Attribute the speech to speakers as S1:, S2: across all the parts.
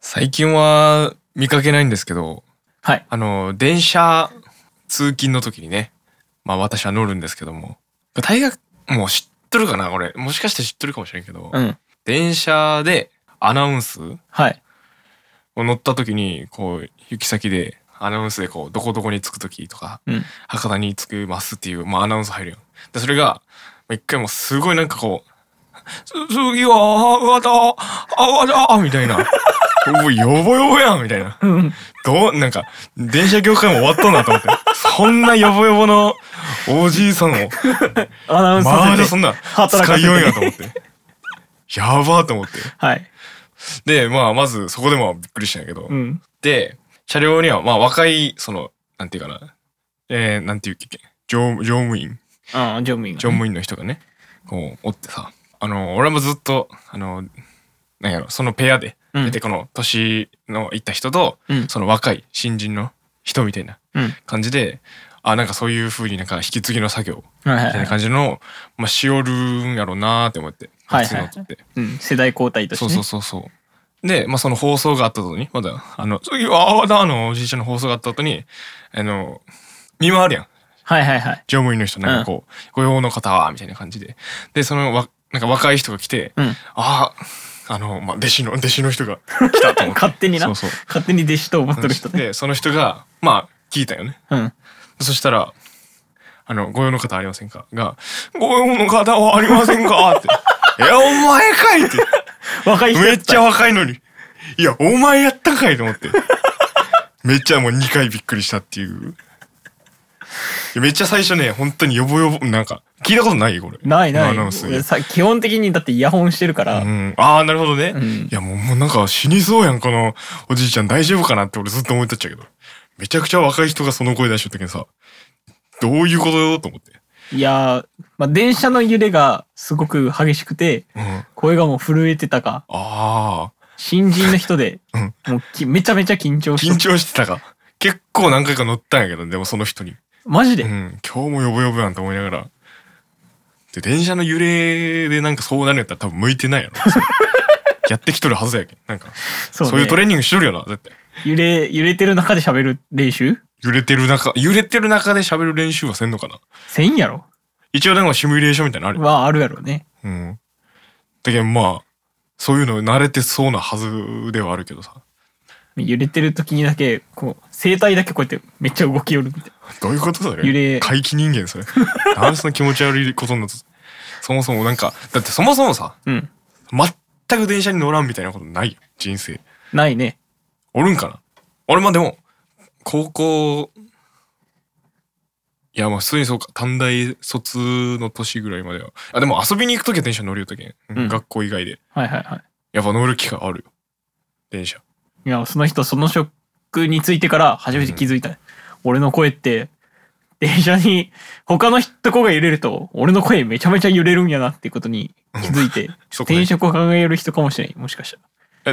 S1: 最近は見かけないんですけど、
S2: はい。
S1: あの、電車通勤の時にね、まあ私は乗るんですけども、大学、もう知っとるかなこれ。もしかして知っとるかもしれんけど、
S2: うん。
S1: 電車でアナウンスを
S2: はい。
S1: 乗った時に、こう、行き先で、アナウンスでこう、どこどこに着く時とか、
S2: うん。
S1: 博多に着きますっていう、まあ、アナウンス入るよ。で、それが、まあ一回もうすごいなんかこう、す次は、博多、博多みたいな。 おい、やばいやばいやんみたいな。
S2: うん。
S1: どう、なんか、電車業界も終わったなと思って。そんなやぼやぼのおじいさんを、
S2: アナウンス
S1: まあ、
S2: さ
S1: そ
S2: せ
S1: ん
S2: て。
S1: な、
S2: 働
S1: 使
S2: かせ
S1: い
S2: て
S1: ようやと思って。やばーと思って。
S2: はい。
S1: で、まあ、まず、そこでもびっくりしたんやけど。
S2: うん。
S1: で、車両には、まあ、若い、その、なんていうかな。えー、なんていうっけ、乗乗務員。
S2: ああ、乗務員が。
S1: 乗務員の人がね、こう、おってさ、あの、俺もずっと、あの、なんやろ、そのペアで、
S2: うん
S1: 大体この年のいった人と、
S2: うん
S1: その若い新人の人みたいな
S2: うん。
S1: 感じで、あ、なんかそういう風になんか引き継ぎの作業、
S2: はい
S1: みた
S2: はい
S1: ない
S2: はい。
S1: 感じの、まあ、しおるんやろうなーって思って、
S2: はい
S1: 普通のって。
S2: うん。世代交代として
S1: そう
S2: ね。
S1: そうそうそう。で、まあ、その放送があった後に、まだ、あの、次は、あだのおじいちゃんの放送があった後に、あの、見回るやん。
S2: はいはいはい。
S1: 乗務員の人なんかこう、ご用の方はみたいな感じででそのわなんか若い人が来て、
S2: うん。
S1: あああの、まあ、弟子の弟子の人が来たと思って
S2: 勝手にな。
S1: そうそう
S2: 勝手に弟子と思っとる人ね。
S1: でその人がまあ聞いたよね
S2: うん。
S1: そしたら「あのご用の方ありませんか?」が「ご用の方はありませんか?」 って「えお前かい!」って
S2: 若い人
S1: めっちゃ
S2: ゃ。
S1: 若いのに「いやお前やったかい!」と思ってめっちゃもう2回びっくりしたっていういやめっちゃ最初ね本当によぼよぼなんか聞いたことないよこれ
S2: ないな
S1: アナウン
S2: い。
S1: ス
S2: さ基本的にだってイヤホンしてるから。
S1: うん、ああ、なるほどね。
S2: うん
S1: いや、もう、もうなんか死にそうやん、このおじいちゃん大丈夫かなって俺ずっと思い立っちゃうけど。めちゃくちゃ若い人がその声出しとったけどさ、どういうことよと思って。
S2: いやー、まあ、電車の揺れがすごく激しくて、
S1: うん。あ
S2: 声がもう震えてたか。
S1: あ
S2: 新人の人で、
S1: うん
S2: もうきめちゃめちゃ緊
S1: ー、
S2: 張
S1: 緊
S2: して。
S1: 張してたか。結構何回か乗ったんやけど、でもその人に。
S2: マジで、
S1: うん、今日も呼ぶ呼ぶやんと思いながら。で、電車の揺れでなんかそうなるんやったら多分向いてないやろ。 それやってきとるはずやけん。なんか、
S2: そう,、
S1: そういうトレーニングしとるよな、絶対。
S2: 揺れ、揺れてる中で喋る練習
S1: 揺れてる中、揺れてる中で喋る練習はせんのかな。
S2: せんやろ
S1: 一応なんかシミュレーションみたいなのあるよ
S2: はあるやろね。
S1: うん。だけどまあ、そういうの慣れてそうなはずではあるけどさ。
S2: 揺れてる時にだけ、こう、声帯だけこうやってめっちゃ動きよるみたい
S1: どういうことそれ
S2: 揺れ
S1: 怪奇人間それ。 なんでそんな気持ち悪いことになっとそもそもなんか、だってそもそもさ、
S2: な。うん。
S1: 全く電車に乗らんみたいなことないよ。人生。
S2: ないね。
S1: おるんかな俺まあでも、高校、いやまあ普通にそうか、短大卒の年ぐらいまでは。あ、でも遊びに行くときは電車乗るよとけん。
S2: うん
S1: 学校以外で。
S2: はいはいはい。
S1: やっぱ乗る機会あるよ。電車。
S2: いや、その人、その職についてから初めて気づいた。俺の声って、電車に他の人とこが揺れると、俺の声めちゃめちゃ揺れるんやなっていうことに気づい て、
S1: そこね
S2: 転職を考える人かもしれない。もしかしたら。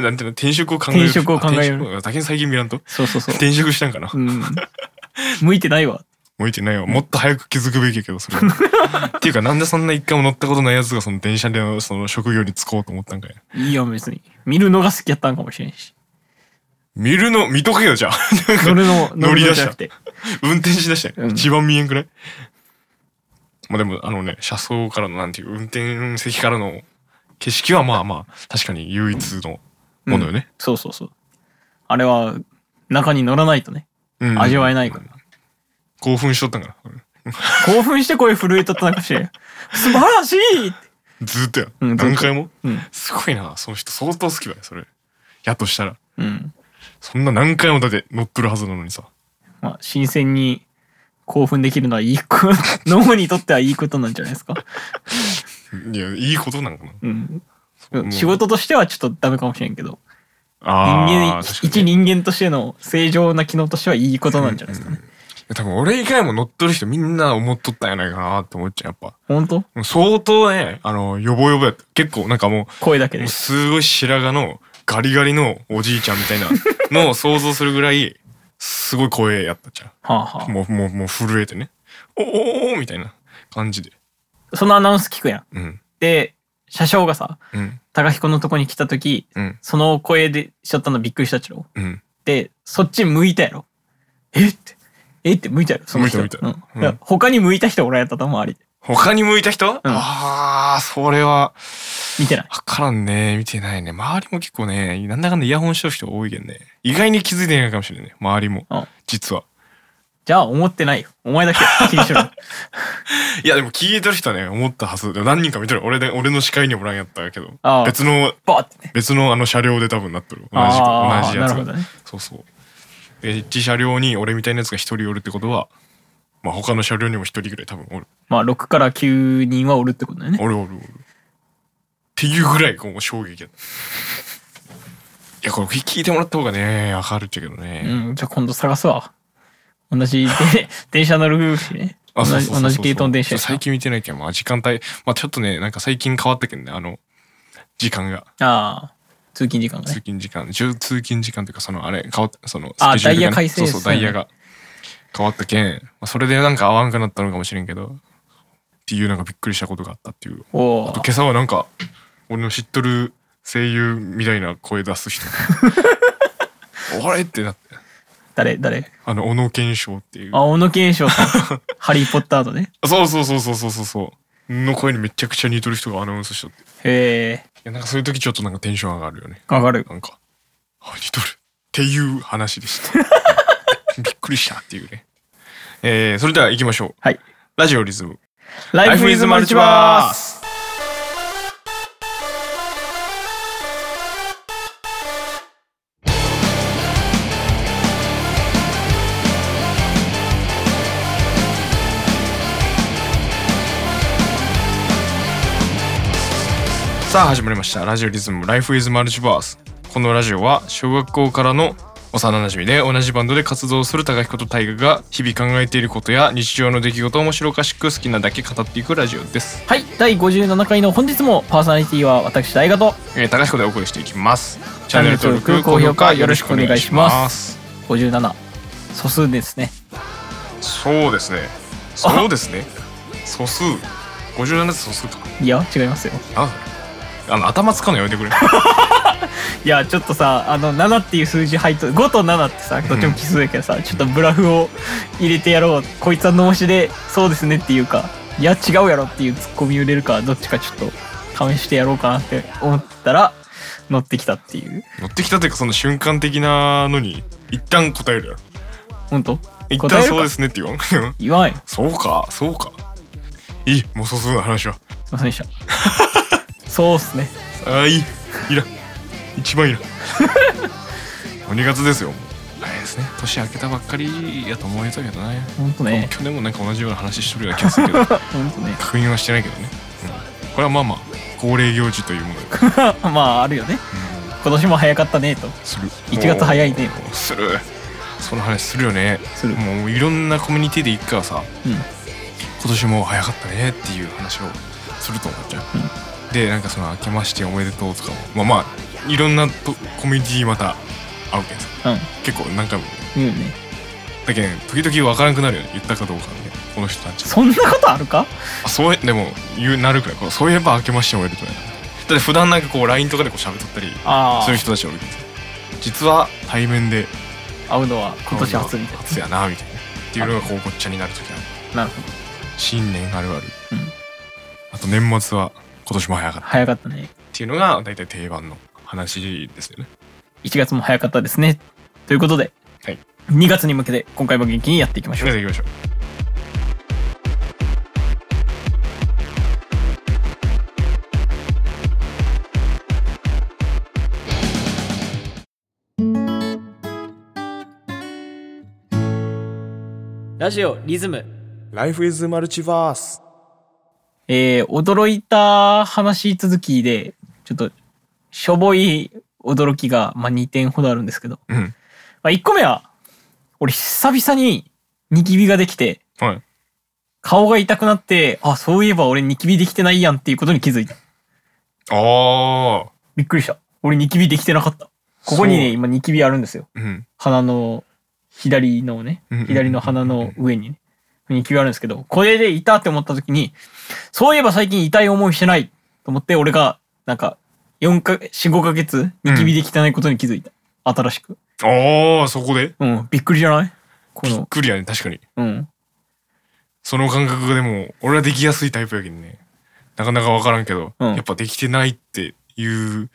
S1: え、なんていうの転職を考える。
S2: 転職を考える
S1: あ転職だけど最近見らんと
S2: そうそうそう。
S1: 転職したんかな
S2: うん。向いてないわ。
S1: 向いてないわ。もっと早く気づくべきやけど、それ は。っていうか、なんでそんな一回も乗ったことないやつが、その電車でのその職業に就こうと思ったんかい。
S2: いいよ、別に。見るのが好きやったんかもしれんし。
S1: 見るの、見とけよ、じゃあ。
S2: 乗るの、
S1: 乗り出
S2: るのじゃ
S1: した
S2: なくて。
S1: 運転しだしたよ。
S2: うん
S1: 一番見えんくらい。まあでも、あのね、車窓からの、なんていう、運転席からの景色は、まあまあ、確かに唯一のものよね。
S2: そうそうそう。あれは、中に乗らないとね、
S1: うん
S2: 味わえないから。
S1: 興奮しとったんかな。
S2: 興奮して声震えとったのかもしれん。 素晴らしいって
S1: ずーっとや。
S2: うんずっと
S1: 何回も。
S2: うん。
S1: すごいな、その人相当好きだよ、それ。やとしたら。
S2: うん。
S1: そんな何回もだって乗っとるはずなのにさ。
S2: まあ、新鮮に興奮できるのはいいこと、 脳にとってはいいことなんじゃないですか。
S1: いや、いいことなんかな。
S2: うん。
S1: もう
S2: 仕事としてはちょっとダメかもしれんけど、人
S1: あ
S2: 間
S1: あ、、確かに
S2: 一人間としての正常な機能としてはいいことなんじゃないですかね。
S1: 多分俺以外も乗っとる人みんな思っとったんやないかなって思っちゃう、やっ
S2: 本当
S1: ぱ。相当ね、あの、よぼよぼやった。結構なんかも
S2: 声だ
S1: う、
S2: けで
S1: もう。すごい白髪のガリガリのおじいちゃんみたいな のを想像するぐらい、すごい声やったじゃ
S2: はあは
S1: ん。もう、もう、もう震えてね。おーおーおーみたいな感じで。
S2: あ。そのアナウンス聞くやん。
S1: うん。
S2: で、車掌がさ、
S1: うん。
S2: 高彦のとこに来た時
S1: うん
S2: その声でしちゃったのびっくりしたっちろ
S1: うん
S2: でそっち向いたやろえってえって向いたやろその人
S1: 向いた向いた
S2: うんいや
S1: うん
S2: 他に向いた人おらんやったと思うあり
S1: 他に向いた人、ああそれは
S2: 見てない
S1: 分からんね見てないね周りも結構ねなんだかんだイヤホンしとる人多いけどね意外に気づいてないかもしれないね周りも
S2: うん
S1: 実は
S2: じゃあ思ってないよお前だけ気にしろ よ
S1: いやでも聞いてる人はね思ったはずでも何人か見てる俺で俺の視界にもおらんやったけど
S2: ああ
S1: 別の
S2: バーってね
S1: 別のあの車両で多分なっとる同じ
S2: あ
S1: 同
S2: ー
S1: じやつ
S2: なるほ
S1: が
S2: どね
S1: そうそうで一車両に俺みたいなやつが一人おるってことはまあ他の車両にも一人ぐらい多分おる
S2: まあ6から9人はおるってことだよね
S1: おるおるおるっていうぐらいこう衝撃やったいやこれ聞いてもらった方がねわかるっちゃけどね、
S2: うん、じゃあ今度探すわ。同じで 電車乗るしね。同
S1: あそう
S2: じ
S1: そうそうそう
S2: 同じ系統の電車やし
S1: 最近見てないけど、まあ、時間帯、まあ、ちょっとねなんか最近変わったけどねあの時間が
S2: ああ、通勤時間が
S1: 通
S2: ね。
S1: 勤時間、じゅ通勤時間というかそのあれ変わったその
S2: あ
S1: スケジュールがね
S2: ダイヤ改正
S1: そうそう
S2: そ
S1: ダ
S2: うやね
S1: イヤが変わったけん、まあ、それでなんか合わんくなったのかもしれんけどっていうなんかびっくりしたことがあったっていう
S2: お
S1: あと今
S2: お。
S1: 朝はなんか俺の知っとる声優みたいな声出す 人あれってなって
S2: 誰誰
S1: あの小野賢章っていう
S2: あ、小野賢 章さん。ハリー・ポッターとね。
S1: そうそうそうそうそうそうそうの声にめちゃくちゃ似とる人がアナウンスしとってい
S2: へえ、
S1: やなんかそういう時ちょっとなんかテンション上がるよね
S2: わかる。
S1: なんかあ似とるっていう話でした びっくりしたっていうねえー、それでは行きましょう
S2: はい。
S1: ラジオリズム
S2: ライフイズマルチバース
S1: スさあ始まりましたラジオリズムライフイズマルチバースこのラジオは小学校からの幼なじみで同じバンドで活動する高彦と大我が日々考えていることや日常の出来事を面白おかしく好きなだけ語っていくラジオです、
S2: はい、第57回の本日もパーソナリティは私、大賀と
S1: えー、高彦でお送りしていきますチャンネル登録高評価よろしくお願いします
S2: 57。素数ですね。
S1: そうですねそうですね素数57素数か
S2: いや、違いますよ。
S1: なんだあの頭つかんのやめてくれ
S2: いやちょっとさあの7っていう数字入っと5と7ってさどっちも奇数やけどさ、ちょっとブラフを入れてやろうこいつは脳死でそうですねっていうかいや違うやろっていうツッコミを入れるかどっちかちょっと試してやろうかなって思ったら乗ってきたっていう
S1: 乗ってきたというかその瞬間的なのに一旦答えるやろ
S2: 本当
S1: 一
S2: 答
S1: 旦
S2: えるか
S1: そうですねって言わん
S2: 言わんよ
S1: そうかそうかいいもう素数の話は
S2: すいません でしたそうっすね
S1: ああいいいらん一番いらんもう2月ですよもうあれですね年明けたばっかりやと思えたけどね
S2: ほんとね
S1: 去年もなんか同じような話しとるような気がするけど確
S2: ほんとね
S1: 認はしてないけどね、うんこれはまあまあ恒例行事というもので
S2: まああるよね今年も早かったねと
S1: す る
S2: 1月早いね
S1: もうするその話するよね
S2: する
S1: もういろんなコミュニティで行くからさ
S2: うん
S1: 今年も早かったねっていう話をすると思っちゃう、でなんかその「明けましておめでとう」とかもまあまあいろんなとコミュニティまた会うけんさ
S2: うん
S1: 結構何回も
S2: 言うね
S1: だけん時々分からなくなるよね言ったかどうかねこの人たち
S2: そんなことあるか
S1: あそうでも言うなるくらいこうそういえば「明けましておめでとうやな」だって普段なんかこう LINE とかでこう喋っとったり
S2: あ
S1: する人たちおるけどさ実は対面で
S2: あ会うのは今年初みたい
S1: 初やなみたいなっていうのがこうごっちゃになる時ある
S2: ななるほど
S1: 新年あるある、
S2: うん
S1: あと年末は今年も早かった
S2: 早かったね
S1: っていうのが大体定番の話ですよね。
S2: 1月も早かったですね。ということで、
S1: はい
S2: 2月に向けて今回も元気にやっていきまし
S1: そ
S2: ょ
S1: れ
S2: う。
S1: では行きましょ
S3: ラジオリズム
S1: う。Life is Multiverse。
S2: えー、驚いた話続きで、ちょっと、しょぼい驚きが、まあ、2点ほどあるんですけど、
S1: うん。
S2: まあ、1個目は、俺久々にニキビができて、
S1: はい。
S2: 顔が痛くなって、あ、そういえば俺ニキビできてないやんっていうことに気づいた。
S1: ああ。
S2: びっくりした。俺ニキビできてなかった。ここにね、
S1: そう
S2: 今ニキビあるんですよ。
S1: うん。
S2: 鼻の左のね
S1: うんうんうんうん
S2: 左の鼻の上にねニキビがあるんですけどこれで痛って思った時にそういえば最近痛い思いしてないと思って俺がなんか4か、4、5ヶ月、ニキビで汚いことに気づいた。新しく。
S1: ああ、そこで
S2: うん、びっくりじゃないこ
S1: びっ
S2: の、
S1: くりやね、確かに。
S2: うん。
S1: その感覚がでも、俺はできやすいタイプやけどね。なかなかわからんけど、
S2: うん
S1: やっぱできてないっていう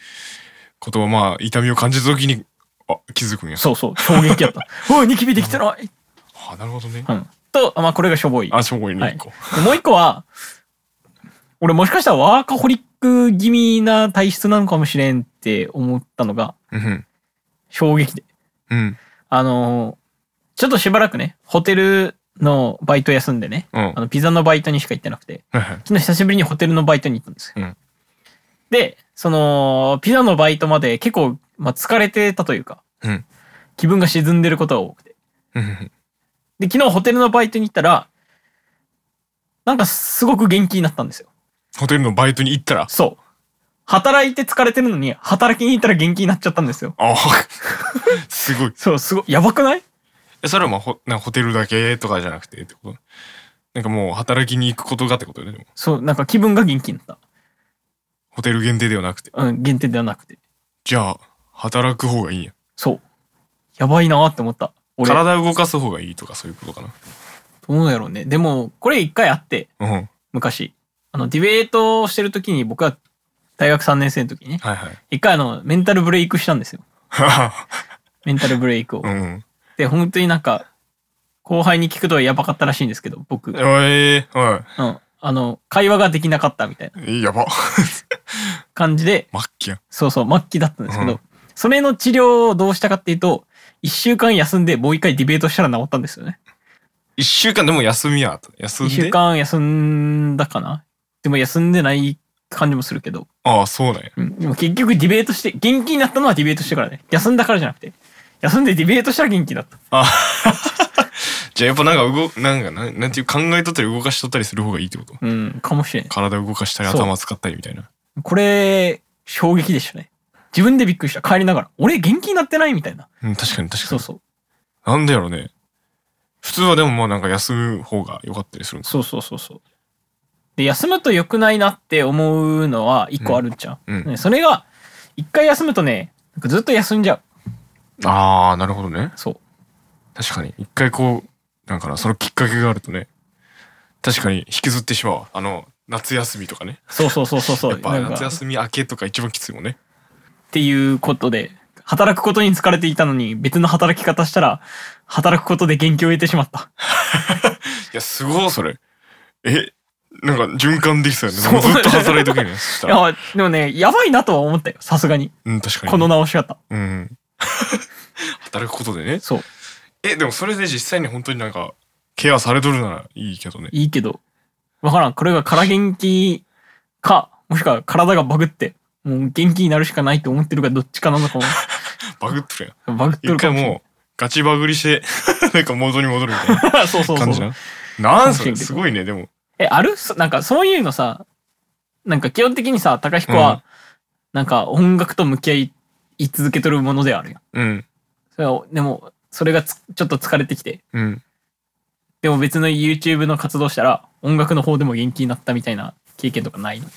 S1: ことは、まあ、痛みを感じた時に、あ、気づくんや。
S2: そうそう、衝 撃やった。おい、ニキビできてない
S1: あ、なるほどね。
S2: うん。と、まあ、これがしょぼい。
S1: あ、しょぼい
S2: は
S1: ね、
S2: い
S1: 一個。
S2: でもう一個は、俺もしかしたらワーカホリック気味な体質なのかもしれんって思ったのが、
S1: うん。
S2: 衝撃で。
S1: うん。
S2: あのーちょっとしばらくね、ホテルのバイト休んでね、
S1: うん。
S2: あのピザのバイトにしか行ってなくて、
S1: はいはい
S2: 昨日久しぶりにホテルのバイトに行ったんですよ。
S1: うん
S2: で、その、ピザのバイトまで結構、まあ、疲れてたというか、
S1: うん
S2: 気分が沈んでることが多くて。
S1: うんうん。
S2: で、昨日ホテルのバイトに行ったら、なんかすごく元気になったんですよ。
S1: ホテルのバイトに行ったら、
S2: そう。働いて疲れてるのに、働きに行ったら元気になっちゃったんですよ。
S1: あ すごい。
S2: そう、すごい、やばくない
S1: えそれはまあほなんかホテルだけとかじゃなくてってことなんかもう働きに行くことがってことよねでも
S2: そう、なんか気分が元気になった。
S1: ホテル限定ではなくて
S2: うん、限定ではなくて。
S1: じゃあ働く方がいいんや
S2: そう。やばいなーって思った。俺、ど
S1: 体を動かす方がいいとかそういうことか
S2: うやろうね。でも、これ一回あって、
S1: なうんはい
S2: 昔。あの、ディベートをしてる時に、僕は大学3年生の時にね、
S1: はい
S2: 一回あの、メンタルブレイクしたんですよ。メンタルブレイクを
S1: う。ん
S2: で、本当になんか、後輩に聞くとやばかったらしいんですけど、僕。うん。
S1: おいお
S2: あの、会話ができなかったみたいない
S1: やば
S2: 感じで、
S1: マッキやん
S2: そうそう、末期だったんですけど、
S1: うん
S2: それの治療をどうしたかっていうと、1週間休んでもう一回ディベートしたら治ったんですよね。
S1: 1週間でも休みやった休ん
S2: 1
S1: で
S2: 週間休んだかなでも休んでない感じもするけど、
S1: ああそうなんや
S2: うん、でも結局ディベートして、元気になったのはディベートしてからね。休んだからじゃなくて。休んでディベートしたら元気だった。
S1: じゃあやっぱなんか動なんかなんなんていう考えとったり動かしとったりする方がいいってこと
S2: うん、かもしれん。
S1: 体を動かしたり
S2: そう
S1: 頭使ったりみたいな
S2: これ、衝撃でしたね。自分でびっくりした。帰りながら。俺元気になってないみたいな。
S1: うん確かに確か
S2: そう
S1: に
S2: そう。
S1: なんでやろうね普通はでもまあなんか休む方が良かったりするんか
S2: そうそうそうそう。で、休むと良くないなって思うのは一個あるんちゃう、
S1: うん
S2: ねそれが、一回休むとね、なんかずっと休んじゃう。
S1: ああなるほどね
S2: そう。
S1: 確かに一回こうなんかなそのきっかけがあるとね確かに引きずってしまうわあの夏休みとかね
S2: そうそうそうそう そ
S1: や
S2: う。
S1: っぱ
S2: なん
S1: 夏
S2: かっ
S1: 休み明けとか一番きついもんね
S2: ていうことで、働くことに疲れていたのに、別の働き方したら、働くことで元気を得てしまった。
S1: いやすごいそれえなんか循環できそうやね
S2: そう
S1: もうずっと働いとけねそした
S2: い
S1: ら
S2: や、でもね、やばいなとは思ったよ。さすがに。
S1: うん確かに
S2: この直し方。
S1: うん働くことでね
S2: そう。
S1: えでもそれで実際に本当になんかケアされとるならいいけどね
S2: いいけど。わからん。これが空元気か、もしくは体がバグって、もう元気になるしかないと思ってるかどっちかなのかも。
S1: バグっとる
S2: バグって
S1: やん一
S2: るか
S1: 回
S2: もしれん
S1: もうガチバグりして なんか元に戻るみたいな
S2: そうそう
S1: 感じ
S2: そう。
S1: ななんそ
S2: かもしれん
S1: れ
S2: けど
S1: すごいねでも
S2: え、あるそなんかそういうのさ、なんか基本的にさ、高彦
S1: うん
S2: は、なんか音楽と向き合いい続けとるものであるやん。
S1: うん
S2: それはでも、それがつちょっと疲れてきて、
S1: うん
S2: でも別の YouTube の活動したら、音楽の方でも元気になったみたいな経験とかないの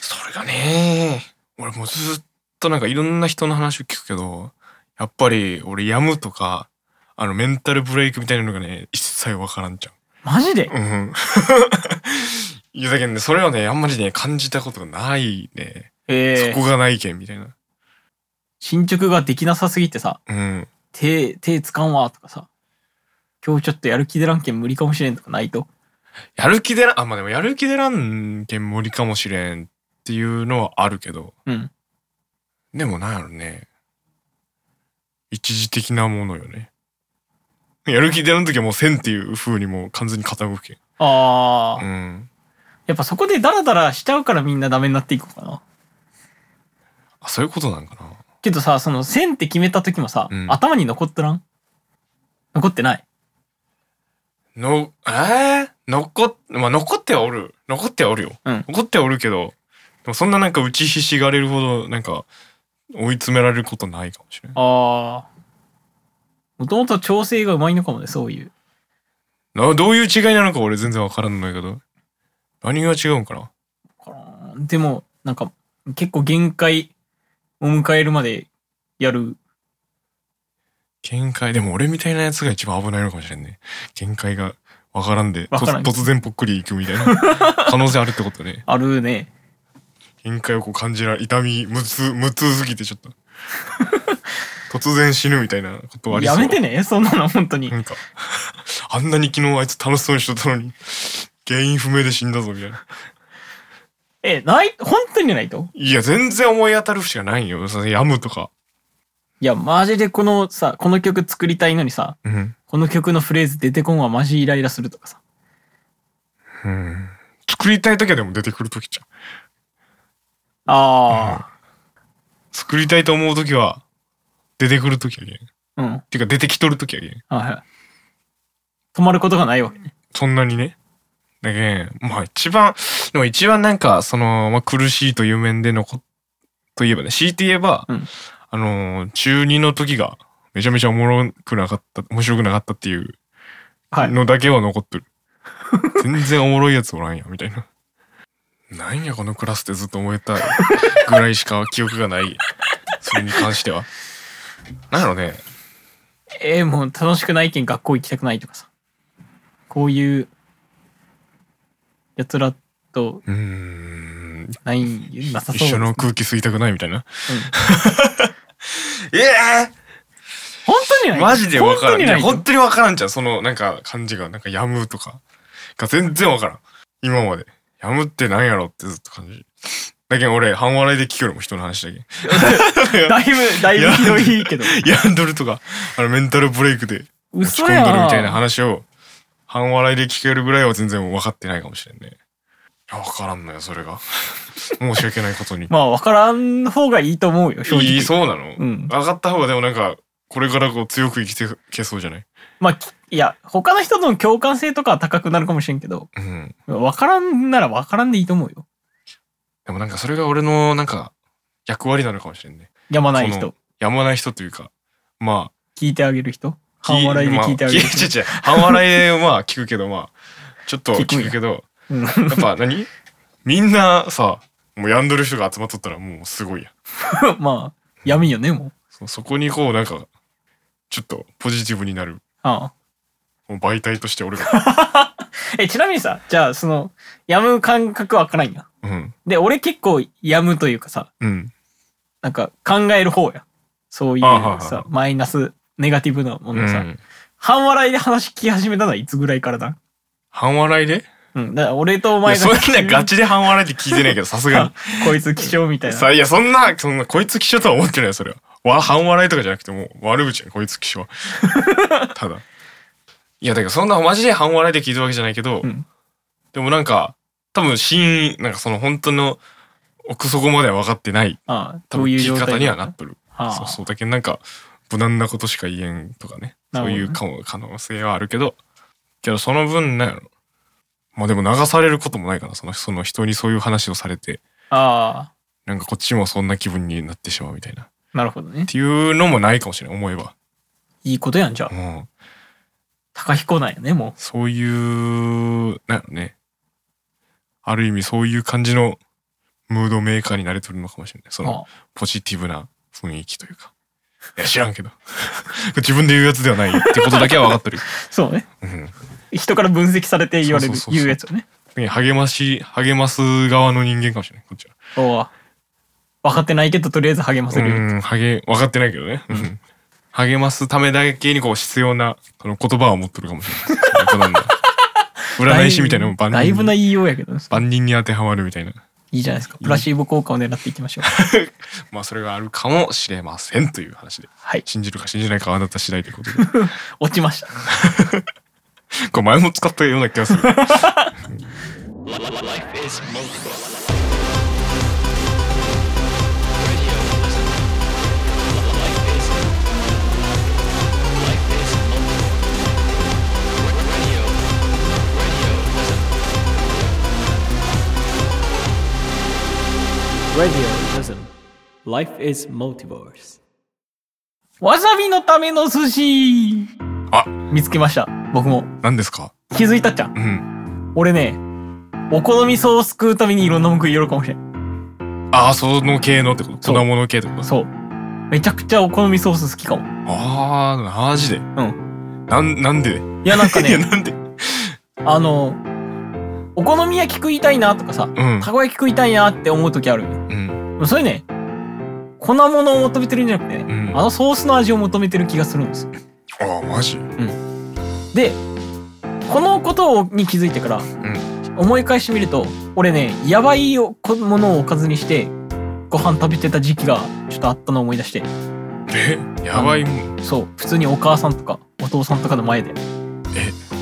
S1: それがね俺もうずっとなんかいろんな人の話を聞くけどやっぱり俺やむとかあのメンタルブレイクみたいなのがね一切わからんじ
S2: マジで
S1: ゃん。うん いやだけどねそれはねあんまりね感じたことがないね、
S2: え
S1: そこがないけんみたいな
S2: 進捗ができなさすぎてさ、
S1: うん
S2: 手、手つかんわとかさ、今日ちょっとやる気出らんけん無理かもしれんとかないと。
S1: やる気出らんあまあでもやる気出らんけん無理かもしれんっていうのはあるけど
S2: うん。
S1: でもなんやろね一時的なものよねやる気出らん時はもうせんっていう風にもう完全に傾くけん
S2: ああ、
S1: うん。
S2: やっぱそこでダラダラしちゃうからみんなダメになっていくのかな。
S1: あ、そういうことなんかな。
S2: けどさ、その1000って決めた時もさ、
S1: うん
S2: 頭に残ってらん残ってない。
S1: の、えー、残っ、まあ、残ってはおる。残ってはおるよ。
S2: うん
S1: 残ってはおるけど、でもそんななんか打ちひしがれるほど、なんか、追い詰められることないかもしれない。
S2: ああ。もともと調整がうまいのかもね、そういう。
S1: などういう違いなのか俺全然わからんのだけど。何が違うんかな
S2: わからんでも、なんか、結構限界を迎えるまでやる。
S1: 限界、でも俺みたいなやつが一番危ないのかもしれんね。限界がわからんで、
S2: わからん
S1: と突然ぽっくり行くみたい な可能性あるってことね。
S2: あるね。
S1: 限界をこう感じら痛み、無痛、無痛すぎてちょっと。突然死ぬみたいなことありそ
S2: や
S1: う。
S2: めてね、そんなの本当に
S1: な。んか、あんなに昨日あいつ楽しそうにしとったのに、原因不明で死んだぞみたいな。
S2: え、ない、本当にないと。
S1: いや、全然思い当たる節がないよ。そのやむとか。
S2: いや、マジでこのさ、この曲作りたいのにさ、
S1: うん。
S2: この曲のフレーズ出てこんはマジイライラするとかさ。
S1: うん。作りたい時はでも出てくる時じゃん。
S2: あ
S1: 作りたいと思う時は、出てくる時やけん。
S2: あ、うん。
S1: ていうか出てきとる時やけん。
S2: はいはい。止まることがないわけね。
S1: そんなにね。だけん、まあ一番、でも一番なんか、その、まあ苦しいという面でのこといえばね、強いて言えば、
S2: うん
S1: あのー、中2の時が、めちゃめちゃおもろくなかった、面白くなかったっていう
S2: はい。
S1: のだけは残ってる。全然おもろいやつおらんや、みたいな。なんやこのクラスってずっと思えたぐらいしか記憶がない。それに関しては。なんやろね。
S2: えー、もう楽しくないけん学校行きたくないとかさ。こういう、やつらと、
S1: うーん。
S2: ない、なさそう
S1: 一
S2: です
S1: 緒
S2: ね。
S1: の空気吸いたくないみたいな。
S2: うん
S1: ええ
S2: 本当にない
S1: マジでわからん。
S2: 本当に
S1: い
S2: な
S1: や、
S2: い
S1: 本
S2: と
S1: 当にわからんじゃん。その、なんか、感じが、なんか、やむとか、が全然わからん。今まで。やむってなんやろってずっと感じ。だけど俺、半笑いで聞くよりも人の話だ け
S2: だいぶ、だいぶひどいけど。
S1: ん。病んどるとか、あの、メンタルブレイクで落ち
S2: 嘘
S1: 込ん
S2: や。
S1: どるみたいなん話を、半笑いで聞けるぐらいは全然分かってないかもしれんね。いや、わからんのよ、それが。 申し訳ないことに。
S2: まあ、わからん方がいいと思うよ、 正直。
S1: いい、そうなの、
S2: うん
S1: 分かった方が、でもなんか、これからこう強く生きてけそうじゃない
S2: まあ、きいや、他の人との共感性とかは高くなるかもしれんけど、
S1: うん。
S2: わからんならわからんでいいと思うよ。
S1: でもなんかそれが俺のなんか役割なのかもしれんね。
S2: やまない
S1: その
S2: 人、
S1: やまない人というか、ま
S2: 聞いてあげる人、
S1: あ、
S2: 半笑いで聞いてあげる
S1: ま
S2: 人。
S1: 違う違う半笑いでまあ聞くけど、まあ、ちょっと
S2: 聞くん
S1: 聞
S2: や
S1: くけど、
S2: うん
S1: やっぱ何みんなさ、もうやんどる人が集まっとったらもうすごいやん。
S2: まあ、闇よね、もう。
S1: そそこにこうなんか、ちょっとポジティブになる。
S2: ああ
S1: もう媒体として俺が。
S2: え、ちなみにさ、じゃあ、その、やむ感覚わからんや。
S1: うん。
S2: で、俺結構やむというかさ、
S1: うん。
S2: なんか考える方や。そういう
S1: あはいはいは
S2: さ、マイナス、ネガティブなも
S1: う
S2: のをさ、
S1: ん、
S2: 半笑いで話聞き始めたのはいつぐらいからだ
S1: 半笑いで
S2: うん。だから俺とお
S1: いや
S2: 前
S1: そ
S2: が
S1: んなガチで半笑いって聞いてないけど、さすがに。
S2: こいつ気象みたいな。
S1: さいやそんなそんなこいつ気象とは思ってないよそれはわ半笑いとかじゃなくてもう悪口やんこいつ気 象はただいやだけどそんなマジで半笑いで聞いてるわけじゃないけど、
S2: うん
S1: でもなんか多分真なんかその本当の奥底までは分かってない
S2: ああ、
S1: 多
S2: ど
S1: 分
S2: うい
S1: 聞
S2: う
S1: き
S2: 状態
S1: 方にはな
S2: だ
S1: っとる
S2: ああ
S1: そうそうだけどなんか無難なことしか言えんとかね
S2: な
S1: そ
S2: るほ
S1: う
S2: どね
S1: いうかも可能性はあるけどけどその分なんやろまあでも流されることもないかなそのその人にそういう話をされて
S2: あ
S1: なんかこっちもそんな気分になってしまうみたいな
S2: あ、なるほどね
S1: っ。ていうのもないかもしれない思えば、
S2: いいことやんじゃあ
S1: う。ん、
S2: 高彦なんやね、も。
S1: そういうなんやろねある意味そういう感じのムードメーカーになれてるのかもしれないそうの
S2: あ
S1: ポジティブな雰囲気というかいや知らんけど 自分で言うやつではないってことだけは分かってる、
S2: あそうね。
S1: うん
S2: 人から分析されて言われる、
S1: そうそうそうそう
S2: 言うやつをね。
S1: 次、励まし励ます側の人間かもしれないこっちは
S2: おう分かってないけど、とりあえず励ませるよ。
S1: うん励分かってないけどね、うん、励ますためだけにこう必要なその言葉を持ってるかもしれない そういうことなんだ占い師みたいなのも万人
S2: だいぶ
S1: に
S2: な言いようやけどね。
S1: 万人に当てはまるみたいな。
S2: いいじゃないですか。プラシーボ効果を狙っていきまし ょう。
S1: まあそれがあるかもしれませんという話で。
S2: はい。
S1: 信じるか信じないかはあなた次第ということで。
S2: 落ちました。
S1: これ前も使ったような気がする。
S3: Radio Listen. Life is multiverse.
S2: わさびのための寿司
S1: あ
S2: 見つけました。僕も。
S1: 何ですか
S2: 気づいたっちゃん。
S1: うん。
S2: 俺ね、お好みソース食うためにいろんな文句言えるかもしれん。
S1: ああ、その系のってこと
S2: そう
S1: 粉物系ってこと
S2: そう。めちゃくちゃお好みソース好きかも。。
S1: ああ、マジで。うんなん、なんで
S2: いや、なん か
S1: いや、
S2: ね、
S1: なんで
S2: あの、お好み焼き食いたいなとかさ、
S1: うん。
S2: たこ焼き食いたいなって思う時あるよ。
S1: うん。
S2: でもそれね、粉物を求めてるんじゃなくてね、
S1: うん。
S2: あのソースの味を求めてる気がするんですよ。
S1: ああ、マジ
S2: で、このことをに気づいてから、思い返してみると、俺ね、やばいおこものをおかずにして、ご飯食べてた時期がちょっとあったのを思い出して、
S1: え、やばいもん。
S2: そう、普通にお母さんとかお父さんとかの前で、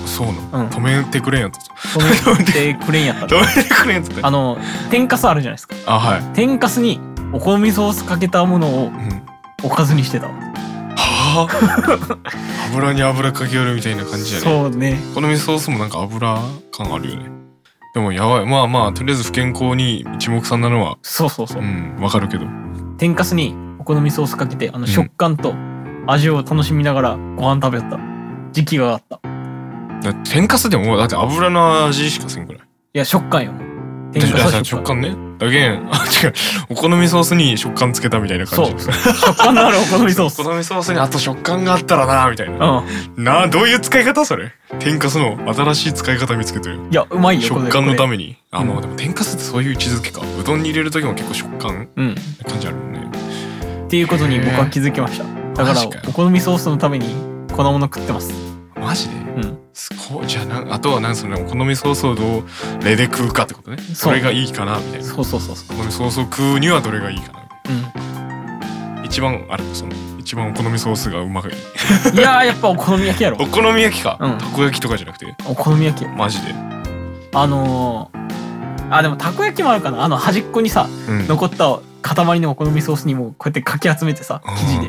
S1: そうな
S2: うん
S1: の。止めてくれんやつ。
S2: 止めてくれん やった
S1: 止
S2: ら。
S1: めてくれんやつって。
S2: あの、天かすあるじゃないですか。
S1: あ、はい。
S2: 天かすにお好みソースかけたものを
S1: うん。
S2: おかずにしてたわ。
S1: はあ油に油かけよるみたいな感じやね
S2: そうね。
S1: この味ソースもなんか油感あるよねでもやばいまあまあとりあえず不健康に一目散なのは
S2: そうそうそうう。
S1: んわかるけど
S2: 天かすにお好みソースかけて、あの
S1: ん
S2: 食感と味を楽しみながらご飯食べよった時期があった。い
S1: だって天かすでもだって油の味しかせんくらい
S2: や、食感よ。
S1: だ
S2: 天かす
S1: か
S2: は
S1: ら
S2: 食
S1: 食
S2: 感。
S1: 感ねだけんあ違うお好みソースに食感つけたみたいな
S2: そ
S1: 感
S2: う
S1: じ。
S2: 食感のあるお好みソース。
S1: お
S2: う。
S1: 好みソースにあと食感があったらなみたいなんなあどういう使い方それ天かすの新しい使い方見つけてる
S2: いや、うまいよ、
S1: 食感のた
S2: め。
S1: めにあまあでも天かすってそういう位置づけかうどんに入れる時も結構食感
S2: うん。
S1: 感じあるもんね
S2: っていうことに僕は気づきました。だか
S1: マ
S2: ら
S1: ジかよ、
S2: お好みソースのために粉物食ってます。
S1: マジで
S2: うん。
S1: すごいじゃあなんあとはなんそのお好みソースをどうレで食うかってことね
S2: う
S1: それがいいかなみたいな
S2: そうそうそうそ
S1: お好みソースを食うにはどれがいいかな
S2: う。うん。
S1: 一番あれその一番お好みソースがうまい
S2: いやーやっぱお好み焼きやろ
S1: お好み焼きか、
S2: うん
S1: たこ焼きとかじゃなくて
S2: お好み焼きよ
S1: マジで、
S2: あのー、あでもたこ焼きもあるかなあの端っこにさ
S1: うん
S2: 残った塊のお好みソースにもこうやってかき集めてさ
S1: うん
S2: 生地で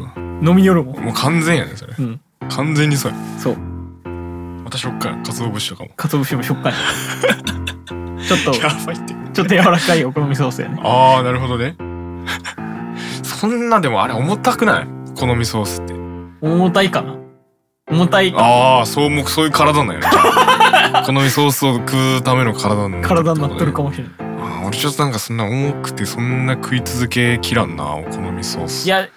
S2: 飲み寄るもん
S1: もう完全やねそれ
S2: うん
S1: 完全にそうや
S2: そう
S1: また食感かつお節とかも
S2: 鰹節も食感やちょっと
S1: や ばいって
S2: ちょっと柔らかいお好みソースやね
S1: ああなるほどね そんなでもあれ重たくないお好みソースって
S2: 重たいかな重たいか
S1: ああそうもうそういう体なんやね 好みソースを食うための体なんだ
S2: 体になっとるかもしれない
S1: あー俺ちょっとなんかそんな重くてそんな食い続けきらんなお好みソース
S2: いや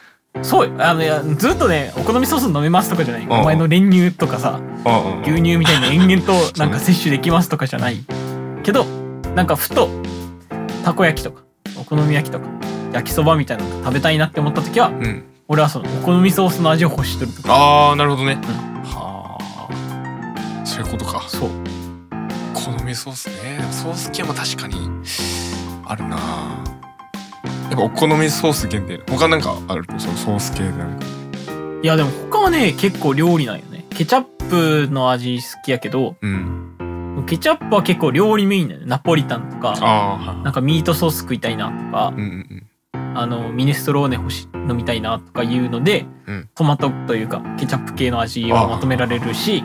S2: そうよあのいやずっとねお好みソース飲めますとかじゃない
S1: ん
S2: お前の練乳とかさ
S1: ああああ
S2: 牛乳みたいに延々となんか摂取できますとかじゃないけどなんかふとたこ焼きとかお好み焼きとか焼きそばみたいなのが食べたいなって思った時は
S1: うん
S2: 俺はそのお好みソースの味を欲してるとか
S1: ああなるほどね、
S2: ん
S1: はあそういうことか
S2: そう
S1: 好みソースねでもソース系も確かにあるなやっぱお好みソース限定他なんかあるそのソース系でなんか
S2: いやでも他はね結構料理なんよねケチャップの味好きやけど
S1: うん
S2: ケチャップは結構料理メインだよねナポリタンとか
S1: あ
S2: なんかミートソース食いたいなとか
S1: あうんうん
S2: あのミネストローネ欲し飲みたいなとかいうので、
S1: うん
S2: トマトというかケチャップ系の味をまとめられるし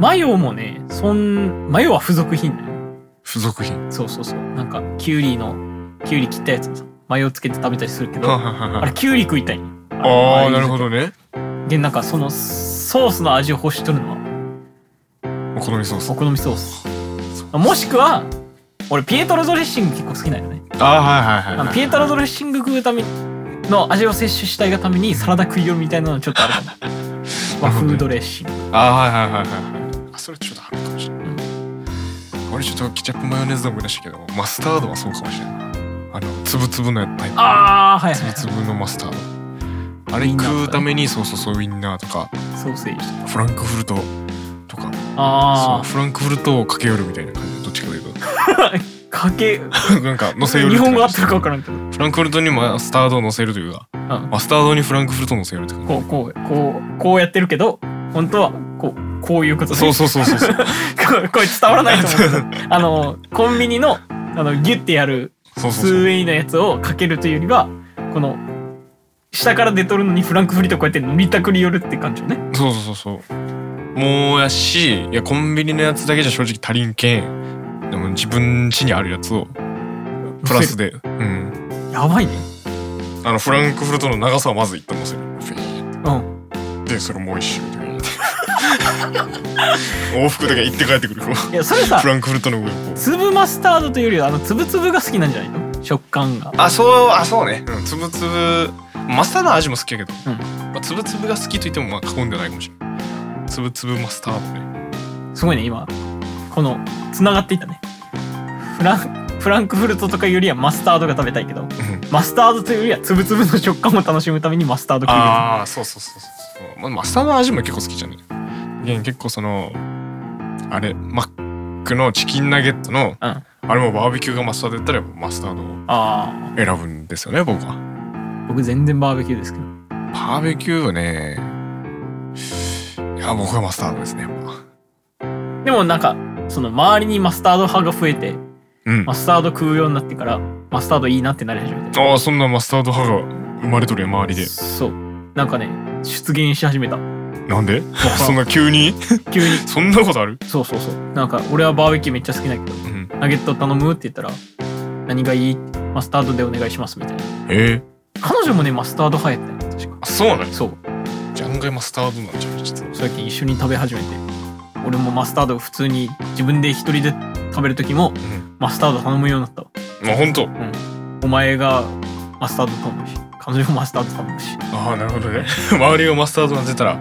S2: マヨもねそんマヨは付属品だよ
S1: 付属品
S2: そうそうそうなんかキュウリのキュウリ切ったやつもさマヨつけて食べたりするけ
S1: はあ
S2: ど
S1: はあは
S2: あれキュウリ食いたいね
S1: ああーなるほど
S2: ど
S1: ね
S2: でなんかそのソースの味を欲しとるのは
S1: お好みソース
S2: お好みソースもしくは俺ピエトロドレッシング結構好きなんよね
S1: あーはいはいはい、
S2: あ
S1: は
S2: の
S1: い、
S2: ピエトロドレッシング食うための味を摂取したいがためにサラダ食いよるみたいなのちょっと あるかな和風ドレッシング
S1: あーはいはいはいはいはいあそれちょっとあるかもしれない、俺ちょっとケチャップマヨネーズで思い出したけどマスタードはそうかもしれないあのつぶつぶのやタイプ
S2: ああはいはい、は
S1: つぶつぶのマスタードあれ食うためにそうそうそうウインナーとか
S2: い、ソーセージ
S1: フランクフルトとかそ
S2: あ
S1: うフランクフルトをかけよるみたいな感じどっちかという と
S2: あかけ
S1: なんか乗せよる
S2: 日本語合ってるか分
S1: か
S2: からんけど
S1: フランクフルトにマスタードを乗せるというか
S2: ん
S1: マスタードにフランクフルトを乗せるというか
S2: こうこうこうこうやってるけど本当はこうこういうことね
S1: そうそうそうそうそう
S2: こ れこれ伝わらないと思 うけどあのコンビニのあのギュッてやる
S1: そう
S2: ス
S1: そう
S2: ーウ
S1: そう
S2: ェイのやつをかけるというよりはこの下から出とるのにフランクフリートこうやって飲みたくり寄るって感じよね
S1: そうそうそうそうもうやしいやコンビニのやつだけじゃ正直足りんけんでも自分家にあるやつをプラスでうん
S2: やばいね
S1: あのフランクフルトの長さをまず一旦乗せるフィー
S2: うん
S1: ってでそれもう一周フィーって往復だけ行って帰ってくるこう
S2: いやそれさ
S1: フランクフルトの上をこう
S2: 粒マスタードというよりはあの粒々が好きなんじゃないの食感が
S1: あそうあそうね、うん、つぶつぶマスターの味も好きやけど、
S2: うん
S1: まあ、つぶつぶが好きと言ってもまあ過言ではないかもしれないつぶつぶマスターもね
S2: すごいね今このつながっていったねフランフランクフルトとかよりはマスタードが食べたいけどマスタードというよりはつぶつぶの食感を楽しむためにマスタードクリーム
S1: ああそうそうそうそうそう、まあ、マスターの味も結構好きじゃねいや結構そのあれマックのチキンナゲットの
S2: うんあ
S1: あれもバーベキューがマスタードやったらやっぱマスタードを
S2: あ
S1: 選ぶんですよね僕は
S2: ー僕全然バーベキューですけど
S1: バーベキューはねいや僕はマスタードですねやっぱ
S2: でもなんかその周りにマスタード派が増えて
S1: うん
S2: マスタード食うようになってからマスタードいいなってなり始めて
S1: ああそんなマスタード派が生まれとるよ周りで
S2: そうなんかね出現し 始めた
S1: なんで
S2: ら
S1: そんな急に
S2: 急に
S1: そんなことある、
S2: そうそうそうなんか俺はバーベキューめっちゃ好きだけど
S1: うん、
S2: ナゲット頼むって言ったら何がいいマスタードでお願いしますみたいな
S1: え
S2: 彼女もねマスタード派やったよ確か
S1: あそうなん
S2: そう
S1: じゃんがいマスタードなんじゃん実は
S2: そうやって一緒に食べ始めて俺もマスタード普通に自分で一人で食べる時も
S1: ん
S2: マスタード頼むようになったわ
S1: まあ本当
S2: お前がマスタード頼むし彼女もマスタード頼むし
S1: ああなるほどね 周りをマスタードなんて言ったらや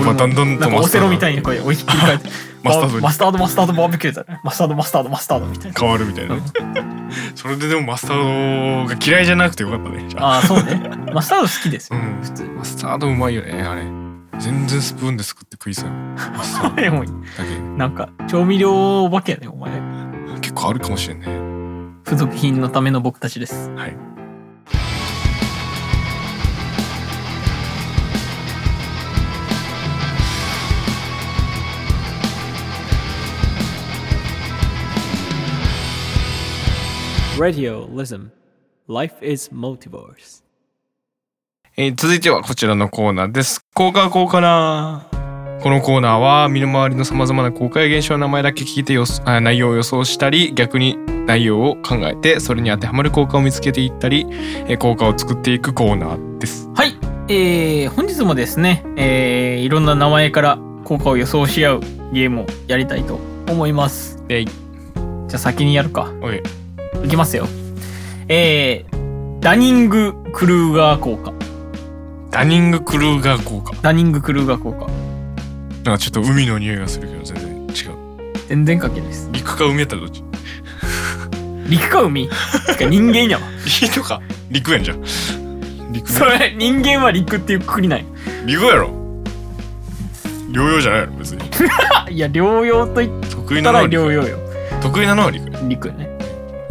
S1: っぱだんだん
S2: な
S1: と
S2: んか
S1: マ
S2: オ
S1: スタ
S2: セ
S1: ード
S2: ロみたいにこれ追い切り替えて
S1: マスタードに
S2: マスタードマスタードバーベキューだねマスタードマスタードマスタードみたいな
S1: 変わるみたいなね それででもマスタードが嫌いじゃなくてよかったねじゃあ
S2: ああそうねマスタード好きです
S1: う
S2: よ
S1: ん
S2: 普 通
S1: マスタードうまいよねあれ全然スプーンですくって食いそうやマスタードだ
S2: でもなんか調味料お化けやねお前
S1: け結構あるかもしれんね
S2: 付属品のための僕たちです
S1: はい
S3: Radio Lism. Life is multiverse.
S1: えー続いてはこちらのコーナーです。効果はこうかなこのコーナーは身の回りのさまざまな公開現象の名前だけ聞いてよそあ内容を予想したり逆に内容を考えてそれに当てはまる効果を見つけていったり、えー、効果を作っていくコーナーです。
S2: はい、えー、本日もですね、えー、いろんな名前から効果を予想し合うゲームをやりたいと思います。
S1: で
S2: じゃあ先にやるか。
S1: おい
S2: いきますよ。えー、ダニング・クルーガー効果。
S1: ダニングクルーガー効果
S2: ダニング・クルーガー効果。
S1: なんかちょっと海の匂いがするけど全然違う。
S2: 全然関係ないです。
S1: 陸か海やったらどっち
S2: 陸か海てか人間や わ。
S1: 陸とか陸やんじゃん。陸
S2: それ、人間は陸っていうくくりない。
S1: 陸やろ療養じゃないやろ 別に。
S2: あ、いや、療養と言っ
S1: 得意
S2: た
S1: なの
S2: ら
S1: は陸
S2: 療養よ。
S1: 得意なのは陸。
S2: 陸やね。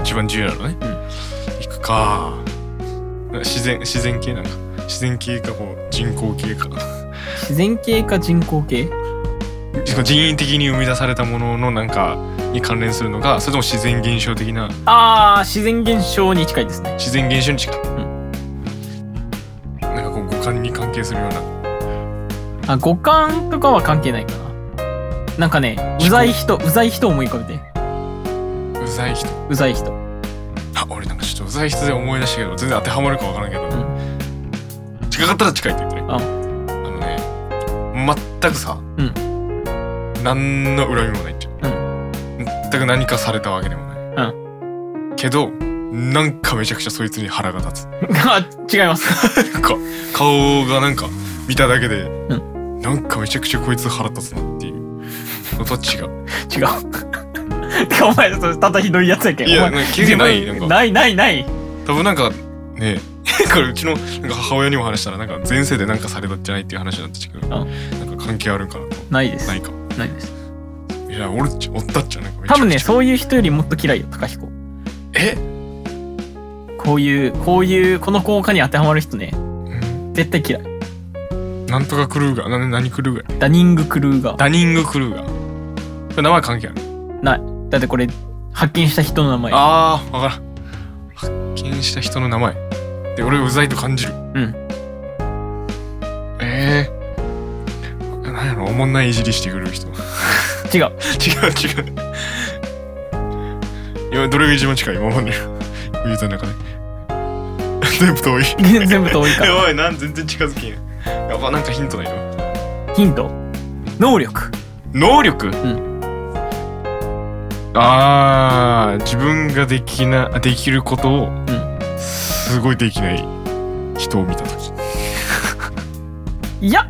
S1: 一番重要なのね、
S2: うん
S1: 行くか自然自然系なんか自然系かこう人工系か
S2: 自然系か人工系
S1: しかも人為的に生み出されたもののなんかに関連するのかそれとも自然現象的な
S2: あー、自然現象に近いですね。
S1: 自然現象に近い、
S2: う
S1: なんかこう五感に関係するような
S2: あ五感とかは関係ないかななんかねうざい人うざい人を思い浮かべて
S1: うざい人
S2: うざい人
S1: あ俺なんかちょっとうざい人で思い出したけど全然当てはまるかわからんけど、近かったら近いって言ってね
S2: あ
S1: あのね全くさ、
S2: うん
S1: 何の恨みもないっていう、全く何かされたわけでもない、けどなんかめちゃくちゃそいつに腹が立つ
S2: あ違います
S1: なんか顔がなんか見ただけで、
S2: う
S1: なんかめちゃくちゃこいつ腹立つなっていうのとは違う
S2: 違うてかお前それただひどいやつやけん
S1: いや
S2: お前
S1: なんか経験ない
S2: 自分
S1: なんか
S2: ないないない
S1: 多分なんかね これうちのなんか母親にも話したらなんか前世でなんかされたんじゃないっていう話になってくる
S2: あ
S1: なんか関係あるんかなと
S2: ないです
S1: ないか
S2: ないです
S1: いや俺っちおったっちゃなんかめちゃくち
S2: 多
S1: ゃ
S2: 分ねそういう人よりもっと嫌いよ高彦
S1: え、
S2: こういうこういうこの効果に当てはまる人ね絶対嫌い
S1: なんとかクルーガーな何クルーガー
S2: ダニングクルーが
S1: ダニングクルーガーこれ名前関係ある
S2: ないだってこれ発見した人の名前
S1: あーわからん発見した人の名前で俺うざいと感じる
S2: うん
S1: えー、なんやろおもんないいじりしてくる人違う
S2: 違
S1: 違
S2: う
S1: う今どれが一番近い今まで言うた中で全部遠い
S2: 全部遠 いから
S1: おいなん全然近づきんややばなんかヒントないの
S2: ヒント能力
S1: 能力、
S2: ん
S1: ああ自分ができなできることを
S2: ん
S1: すごいできない人を見た時
S2: いや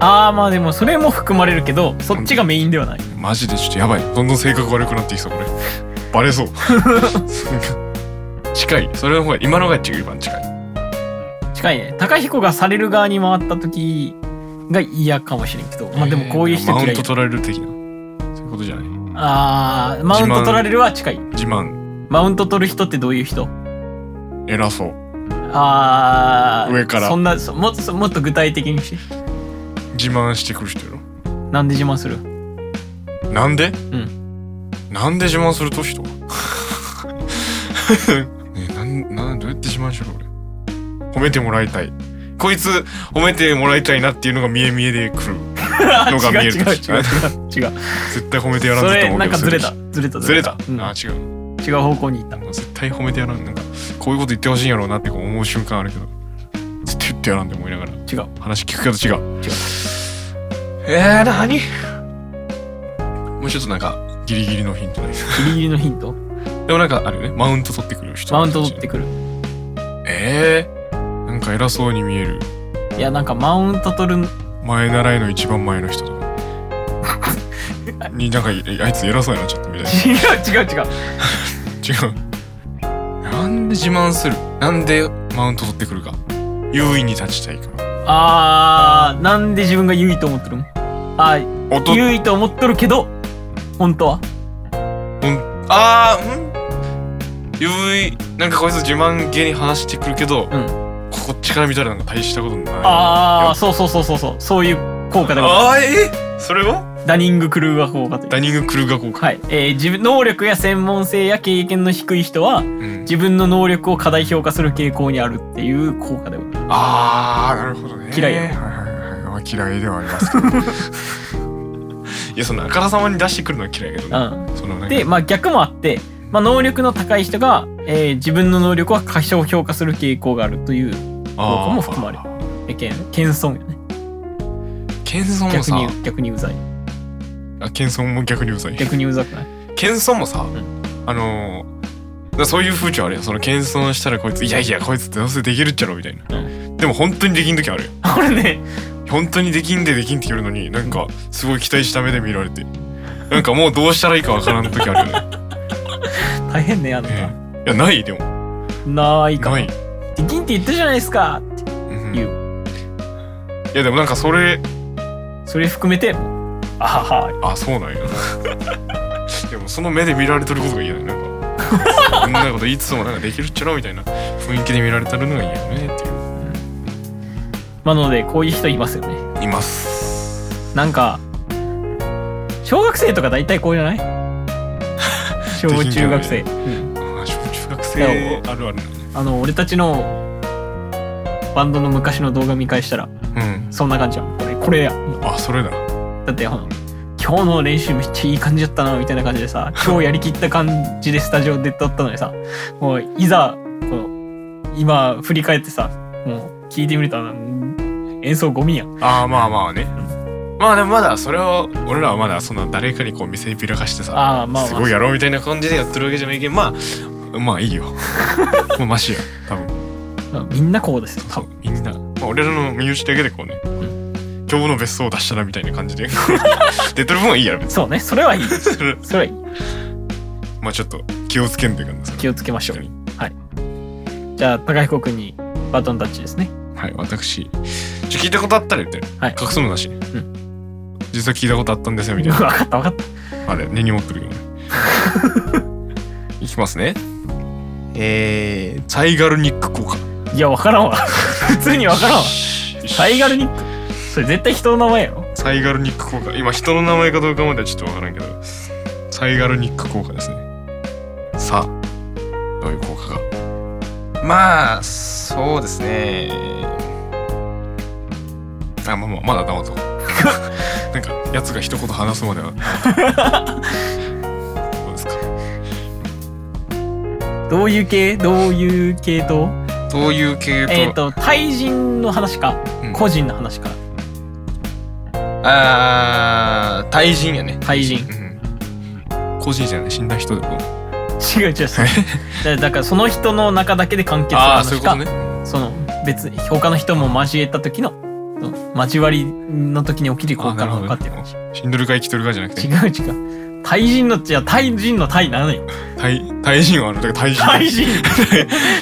S2: ああまあでもそれも含まれるけどそっちがメインではない
S1: マジでちょっとやばいどんどん性格悪くなってきそうこれバレそうなんか近いそれの方が今の方が一番近い
S2: 近いね高彦がされる側に回った時が嫌かもしれんけどまあでもこういう人
S1: マウ
S2: 嫌
S1: ン
S2: い
S1: ト取られる的なそういうことじゃない
S2: ああマウント取られるは近い
S1: 自慢
S2: マウント取る人ってどういう人
S1: 偉そう
S2: ああ
S1: 上から
S2: そんなそもっとそもっと具体的にし
S1: 自慢してくる人や
S2: なんで自慢する
S1: ろなんで
S2: ん
S1: なんで自慢すると人 ねえなんなんどうやって自慢しろ俺褒めてもらいたいこいつ褒めてもらいたいなっていうのが見え見えで来る
S2: あ
S1: のが見え
S2: 違う違う違う
S1: るとした
S2: 違う違う
S1: 絶対褒めてやら
S2: そ
S1: んぞと
S2: れ
S1: 思う
S2: な
S1: け
S2: ん
S1: ど
S2: かずれたずれた
S1: ずれた、
S2: うん
S1: あ違う
S2: 違う方向に行った
S1: 絶対褒めてやらんなんかこういうこと言ってほしいんやろうなってこう思う瞬間あるけど絶対言ってやらんって思いながら
S2: 違う
S1: 話聞くけど違う
S2: 違
S1: えー、何もうちょっとなんかギリギリのヒントです
S2: ギリギリのヒント
S1: でもなんかあるよねマウント取ってくる人
S2: マウント取ってくる
S1: えー、なんか偉そうに見える
S2: いやなんかマウント取る
S1: 前習いの一番前の人とかになんかいあいつ偉そうやなちょっとみたいな
S2: 違う違う違う
S1: 違うなんで自慢するなんでマウント取ってくるか優位に立ちたいから
S2: あーなんで自分が優位と思ってるのあー
S1: おと
S2: 優位と思っとるけど本当は
S1: うんあーうん優位なんかこいつ自慢げに話してくるけど、
S2: うん
S1: こっちから見たらなんか大したことないよ
S2: ああそうそうそうそうそうそういう効果でも
S1: あーえそれは
S2: ダニングクルーガー効果という
S1: ダニングクルーガー効果、
S2: はいえー自分能力や専門性や経験の低い人は
S1: うん
S2: 自分の能力を過大評価する傾向にあるっていう効果でも
S1: ああなるほどね
S2: 嫌いよ
S1: はいはいはいまあ嫌いではありますけど いやそのあからさまに出してくるのは嫌いやけどね
S2: う
S1: そのなん
S2: ん、
S1: か
S2: で、まあ、逆もあって、まあ、能力の高い人が、えー自分の能力は過小評価する傾向があるという効果も含まれる
S1: る
S2: えけん謙遜よね
S1: 謙遜も
S2: 逆
S1: さ
S2: に逆にうざい
S1: あ謙遜も逆にうざい
S2: 逆にうざくない
S1: 謙遜もさ、
S2: ん
S1: あのーだからそういう風潮あるよその謙遜したらこいついやいやこいつどうせできるっちゃろみたいな、
S2: う
S1: でも本当にできん時あるよ
S2: これね
S1: 本当にできんでできんって言うのになんかすごい期待した目で見られてなんかもうどうしたらいいかわからん時あるよ ね
S2: 大変ねあんた、
S1: ええいやないでも
S2: ないか
S1: ない、
S2: できんって言ったじゃないですかって
S1: うん
S2: 言
S1: いうやでもなんかそれ
S2: それ含めてあはは
S1: あそうなんや でもその目で見られてることが嫌だよ なんかそんなこといつもなんかできるっちゃろみたいな雰囲気で見られてるのが嫌よねっていう
S2: まあなのでこういう人いますよね
S1: います
S2: なんか小学生とか大体こうじゃ ない
S1: できんじゃない
S2: 小中学生、うん
S1: あ小中学
S2: いや
S1: 生あるある
S2: あの俺たちのバンドの昔の動画見返したら
S1: うん
S2: そんな感じやんこれこれや
S1: あそれだ
S2: だってほん今日の練習めっちゃいい感じだったなみたいな感じで さ今日やりきった感じでスタジオで撮ったのにさもういざこの今振り返ってさもう聞いてみるとうん演奏ゴミやん
S1: あーまあまあねまあでもまだそれを俺らはまだそんな誰かにこう見せびらかしてさ
S2: ああまあ
S1: す
S2: ま
S1: ご
S2: あ
S1: いやろうみたいな感じでやってるわけじゃないけどまあまあいい よまあマシや多分
S2: うんみんなこうですよ多
S1: 多
S2: 分
S1: 分みんな、まあ、俺らの身内だけでこうね、今日の別荘を出したなみたいな感 じで出てる分はいいやろ 別
S2: そうねそれはいい
S1: にそれ
S2: それはいい
S1: まあちょっと気をつけんといかんです
S2: 気をつけましょうじゃあ高彦君にバトンタッチですね
S1: はい私ちょ聞いたことあったら言って、
S2: はい
S1: 隠すのなし、実は聞いたことあったんですよみ
S2: 分
S1: たいな
S2: かった分かった
S1: あれ、根に持って るよね。いきますね。えー、サイガルニック効果。
S2: いや分からんわ普通に分からんわサイガル
S1: ニッ
S2: ニックそれ絶対人の名前やろ
S1: クサイガルニック効果。今、人の名前かどうかまではちょっとわからんけど、サイガルニック効果ですね。さあ、どういう効果が。まあ、そうですね。あ、まあまあ、まだ黙っとこ うなんか、やつが一言話すま では。どうですか
S2: どういう系どういう系統
S1: どういう系統
S2: えっ、と対人の話か、
S1: うん
S2: 個人の話か
S1: あー対人やね
S2: 対人
S1: うん個人じゃない死んだ人でも
S2: 違う違うそうだだからその人の中だけで完結する
S1: ああそうい
S2: 話
S1: うこと
S2: か
S1: ね
S2: その別に他の人も交えた時のその交わりの時に起きる
S1: あ
S2: 効
S1: あな
S2: 果
S1: る
S2: な
S1: ほど
S2: のかってい
S1: ね
S2: う話
S1: 死んどるか生きとるかじゃなくて
S2: 違う違う対人のいや対人の対なのよ
S1: 対対人はあるだから対人
S2: 対人